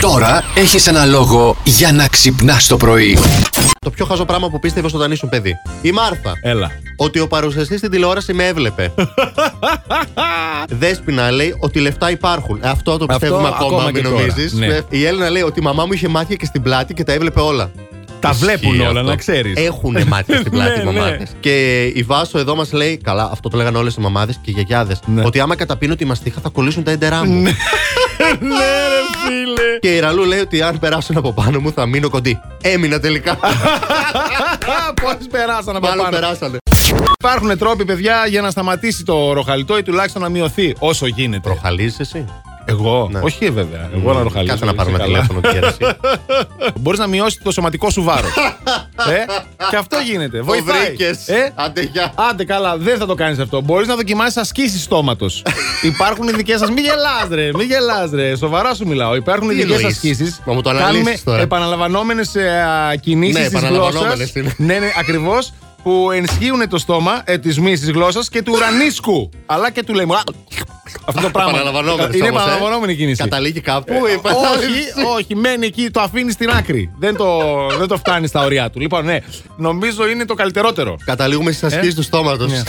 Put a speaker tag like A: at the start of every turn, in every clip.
A: Τώρα έχεις ένα λόγο για να ξυπνάς το πρωί.
B: Το πιο χαζό πράγμα που πίστευε όταν ήσουν παιδί. Η Μάρθα.
C: Έλα.
B: Ότι ο παρουσιαστής στην τηλεόραση με έβλεπε. Δέσπινα λέει ότι λεφτά υπάρχουν. Ε, Αυτό το πιστεύουμε
C: Αυτό
B: ακόμα,
C: ακόμα
B: μην
C: και τώρα.
B: νομίζεις.
C: Ναι.
B: Η Έλληνα λέει ότι η μαμά μου είχε μάτια και στην πλάτη και τα έβλεπε όλα.
C: Τα βλέπουν
B: Ισχύει
C: όλα,
B: αυτό.
C: να ξέρεις.
A: Ε,
B: Έχουν μάτια στην πλάτη οι
C: Ναι, ναι.
B: μαμάδε. Και η Βάσο εδώ μας λέει, καλά, αυτό το λέγανε όλες οι μαμάδες και οι γιαγιάδες.
C: Ναι.
B: Ότι άμα καταπίνω τη μαστίχα θα κολλήσουν τα έντερά μου.
C: ναι, ρε φίλε.
B: Και η Ραλού λέει ότι αν περάσουν από πάνω μου θα μείνω κοντή. Έμεινα τελικά.
C: Πώς περάσανε από
B: Μάλλον
C: πάνω.
B: περάσανε.
C: Υπάρχουν τρόποι, παιδιά, για να σταματήσει το ροχαλιτό ή τουλάχιστον να μειωθεί όσο γίνεται.
B: Ροχαλίζει εσύ.
C: Εγώ.
B: Ναι.
C: Όχι, ε, βέβαια. Εγώ να ροχαλίζω.
B: Κάτσε να πάρω
C: είσαι
B: ένα
C: καλά.
B: τηλέφωνο και εσύ.
C: Μπορείς να μειώσεις το σωματικό σου βάρος. ε, και αυτό γίνεται.
B: Το
C: Βοηθάει.
B: βρήκες.
C: Ε,
B: Άντε, γεια.
C: Άντε καλά, δεν θα το κάνεις αυτό. Μπορείς να δοκιμάσεις ασκήσεις στόματος. Υπάρχουν ειδικέ σα. Μην γελάς, ρε. Μην γελάς, ρε. Σοβαρά σου μιλάω. Υπάρχουν
B: Τι
C: ειδικέ
B: εννοείς?
C: ασκήσεις.
B: Να μου το αναλύσεις
C: Κάνουμε ε,
B: τώρα.
C: επαναλαμβανόμενες κινήσεις
B: Ναι,
C: της γλώσσα.
B: επαναλαμβανόμενες είναι.
C: Ναι, ναι, ακριβώς. Που ενισχύουν το στόμα, ε, τη μύη της γλώσσας και του ουρανίσκου. αλλά και του λαιμού. Αυτό το πράγμα.
B: Επαναλαμβανόμενες
C: Είναι
B: όμως, ε.
C: επαναλαμβανόμενη κίνηση. Ε,
B: Καταλήγει κάπου. η επανάληψη.
C: Όχι, όχι, μένει εκεί, το αφήνεις στην άκρη. Δεν το, δεν το φτάνει στα ωριά του. Λοιπόν, ναι, νομίζω είναι το καλύτερότερο.
B: Καταλήγουμε στις ασκήσει
C: Ε.
B: του στόματος.
C: Ναι.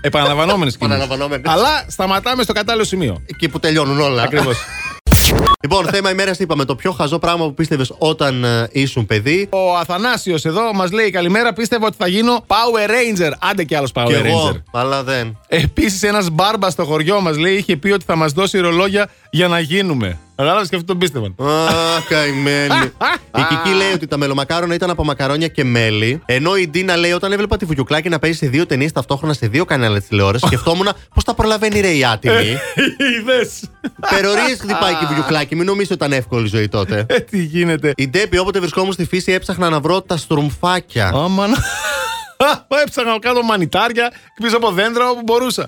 C: Επαναλαμβανόμενες κινήσει.
B: Επαναλαμβανόμενες.
C: Αλλά σταματάμε στο κατάλληλο σημείο.
B: Εκεί που τελειώνουν όλα.
C: Ακριβώς.
B: Λοιπόν, θέμα ημέρας είπαμε το πιο χαζό πράγμα που πίστευες όταν ε, ήσουν παιδί.
C: Ο Αθανάσιος εδώ μας λέει: Καλημέρα, πίστευα ότι θα γίνω Power Ranger. Άντε κι άλλος Power
B: Και
C: Ranger.
B: εγώ, αλλά δεν.
C: Επίσης, ένας μπάρμπας στο χωριό μας λέει: Είχε πει ότι θα μας δώσει ρολόγια για να γίνουμε. Κατάλαβες και αυτό τον πίστευαν.
B: Α, καημένη. η Κική λέει ότι τα μελομακάρονα ήταν από μακαρόνια και μέλι. Ενώ η Ντίνα λέει: Όταν έβλεπα τη Βουγιουκλάκη να παίζει σε δύο ταινίες ταυτόχρονα σε δύο κανάλια τηλεόρασης, σκεφτόμουν πώς τα προλαβαίνει ρε η άτιμη.
C: Ε. Είδε.
B: Περορίε χτυπάει και η Βουγιουκλάκη, μην νομίζετε ότι ήταν εύκολη η ζωή τότε.
C: Ε, Τι γίνεται.
B: Η Ντέπη, όποτε βρισκόμουν στη φύση, έψαχνα να βρω τα στρουμφάκια.
C: Άμα να. Έψαχνα να κάνω μανιτάρια πίσω από δέντρα όπου μπορούσα.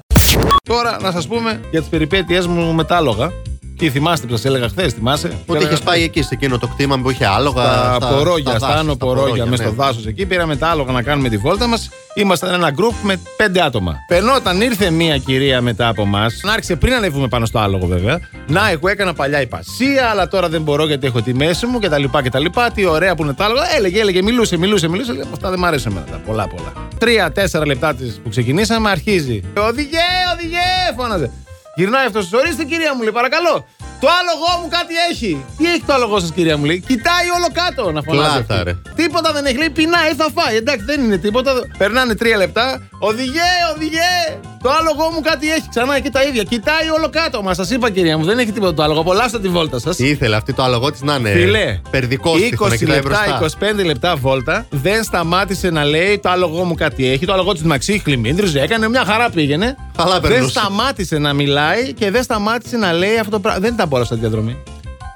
C: Τώρα να σας πούμε για τις περιπέτειές μου με τα άλογα. Τι θυμάστε που σας έλεγα χθες, θυμάσαι.
B: Ότι είχε πάει εκεί σε εκείνο το κτήμα που είχε άλογα.
C: στα πορόγια, στα
B: δάση,
C: άνω πορόγια, μες
B: ναι.
C: στο δάσος εκεί. Πήραμε τα άλογα να κάνουμε τη βόλτα μας. Ήμασταν ένα γκρουπ με πέντε άτομα. Περνόταν, ήρθε μία κυρία μετά από εμά. Να άρχισε πριν ανέβουμε πάνω στο άλογο βέβαια. Να, εγώ έκανα παλιά υπασία, αλλά τώρα δεν μπορώ γιατί έχω τη μέση μου κτλ. κτλ. Τι ωραία που είναι τα άλογα. Έλεγε, έλεγε, μιλούσε, μιλούσε, μιλούσε. Λέω, αυτά δεν μ' αρέσουν εμένα τα πολλά, πολλά. Τρία-τέσσερα λεπτά της που ξεκινήσαμε αρχίζει. Οδηγέ, οδηγέ, φώναζε. Γυρνάει αυτός, ορίστε κυρία μου, λέει, παρακαλώ. Το άλογο μου κάτι έχει. Τι έχει το άλογο σας, κυρία μου, λέει. Κοιτάει όλο κάτω να φωνάζει.
B: Πλάτα,
C: αυτή.
B: ρε.
C: Τίποτα δεν έχει, λέει, πεινάει, θα φάει. Εντάξει, δεν είναι τίποτα. Περνάνε τρία λεπτά. Οδηγέ, οδηγέ. Το άλογο μου κάτι έχει. Ξανά εκεί τα ίδια. Κοιτάει όλο κάτω. Μα σας είπα, κυρία μου, δεν έχει τίποτα το άλογο. Απολαύστε τη βόλτα σας.
B: Ήθελε αυτή το άλογο της να είναι.
C: Φιλέ.
B: Περδικός στίχο να
C: 20
B: κοιτάει
C: λεπτά,
B: μπροστά.
C: 25 λεπτά βόλτα. Δεν σταμάτησε να λέει το άλογο μου κάτι έχει. Το άλογο της Μαξί χλιμίντριζε. Έκανε μια χαρά πήγαινε.
B: Καλά
C: δεν
B: περνούσε.
C: σταμάτησε να μιλάει και δεν σταμάτησε να λέει αυτό το πράγμα. Δεν τα μπόρεσα τη διαδρομή.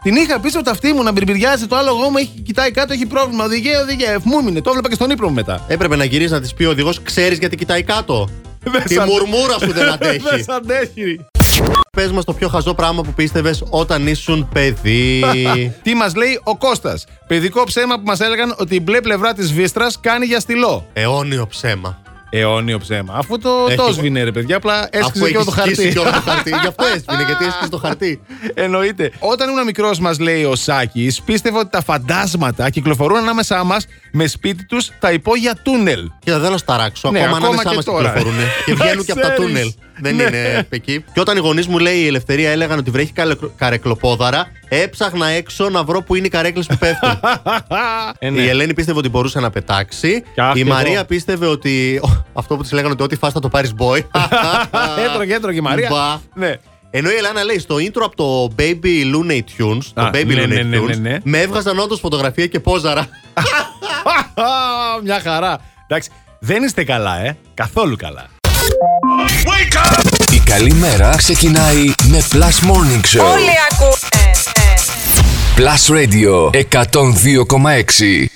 C: Την είχα πίσω από τα αυτή μου να μπυρμπυριάζει το άλογο μου. Έχει, κοιτάει κάτω, έχει πρόβλημα. Οδηγέ, οδηγέ. Μου έμεινε. Το έβλεπα και στον ύπνο μου μετά.
B: Έπρεπε να γυρίσει να της πει ο οδηγός, ξέρεις γιατί κοιτάει κάτω. Τη
C: σαν-
B: μουρμούρα σου δεν
C: Δεν
B: αντέχει.
C: σ' αντέχει.
B: Πες μας το πιο χαζό πράγμα που πίστευες όταν ήσουν παιδί.
C: Τι μας λέει ο Κώστας. Παιδικό ψέμα που μας έλεγαν ότι η μπλε πλευρά της βίστρας κάνει για στυλό.
B: Αιώνιο ψέμα.
C: Αιώνιο ψέμα. Αφού το,
B: Έχει-
C: τος σβήνε, ρε παιδιά, απλά
B: Αφού
C: έσκυζε και
B: έχει
C: όλο το
B: σκίσει
C: χαρτί.
B: και όλο το χαρτί. Γι' αυτό έσπινε, γιατί έσπινε το χαρτί.
C: Εννοείται. Όταν ήμουν μικρός, μας λέει ο Σάκης, πίστευε ότι τα φαντάσματα κυκλοφορούν ανάμεσά μας με σπίτι τους τα υπόγεια τούνελ.
B: Κοίτα, δεν θα ταράξω.
C: Ναι,
B: ακόμα
C: ακόμα
B: ανάμεσά
C: και
B: μας
C: τώρα.
B: κυκλοφορούν. και
C: Να
B: βγαίνουν και από τα
C: ξέρεις.
B: τούνελ. Δεν
C: Ναι.
B: είναι εκεί. Και όταν οι γονείς μου, λέει η Ελευθερία, έλεγαν ότι βρέχει καλεκρο- καρεκλοπόδαρα, έψαχνα έξω να βρω που είναι οι καρέκλες που πέφτουν.
C: Ε,
B: Η
C: ναι.
B: Ελένη πίστευε ότι μπορούσε να πετάξει.
C: Κι αχ,
B: Η
C: κι
B: Μαρία
C: εγώ.
B: πίστευε ότι. Ω, Αυτό που της λέγανε ότι ό,τι φάστα το πάρεις boy.
C: Έτρωγε, έτρωγε η Μαρία.
B: Μπα.
C: Ναι.
B: Ενώ η Ελένα λέει στο intro από το Baby Looney Tunes, το
C: Α,
B: Baby
C: ναι,
B: Looney
C: ναι, ναι,
B: Tunes,
C: ναι, ναι.
B: με έβγαζαν όντως φωτογραφία και πόζαρα.
C: Μια χαρά. Εντάξει. Δεν είστε καλά, ε. Καθόλου καλά.
A: Η καλή μέρα ξεκινάει με Plus Morning Show.
D: Όλοι ακούνε.
A: Plus Radio 102,6.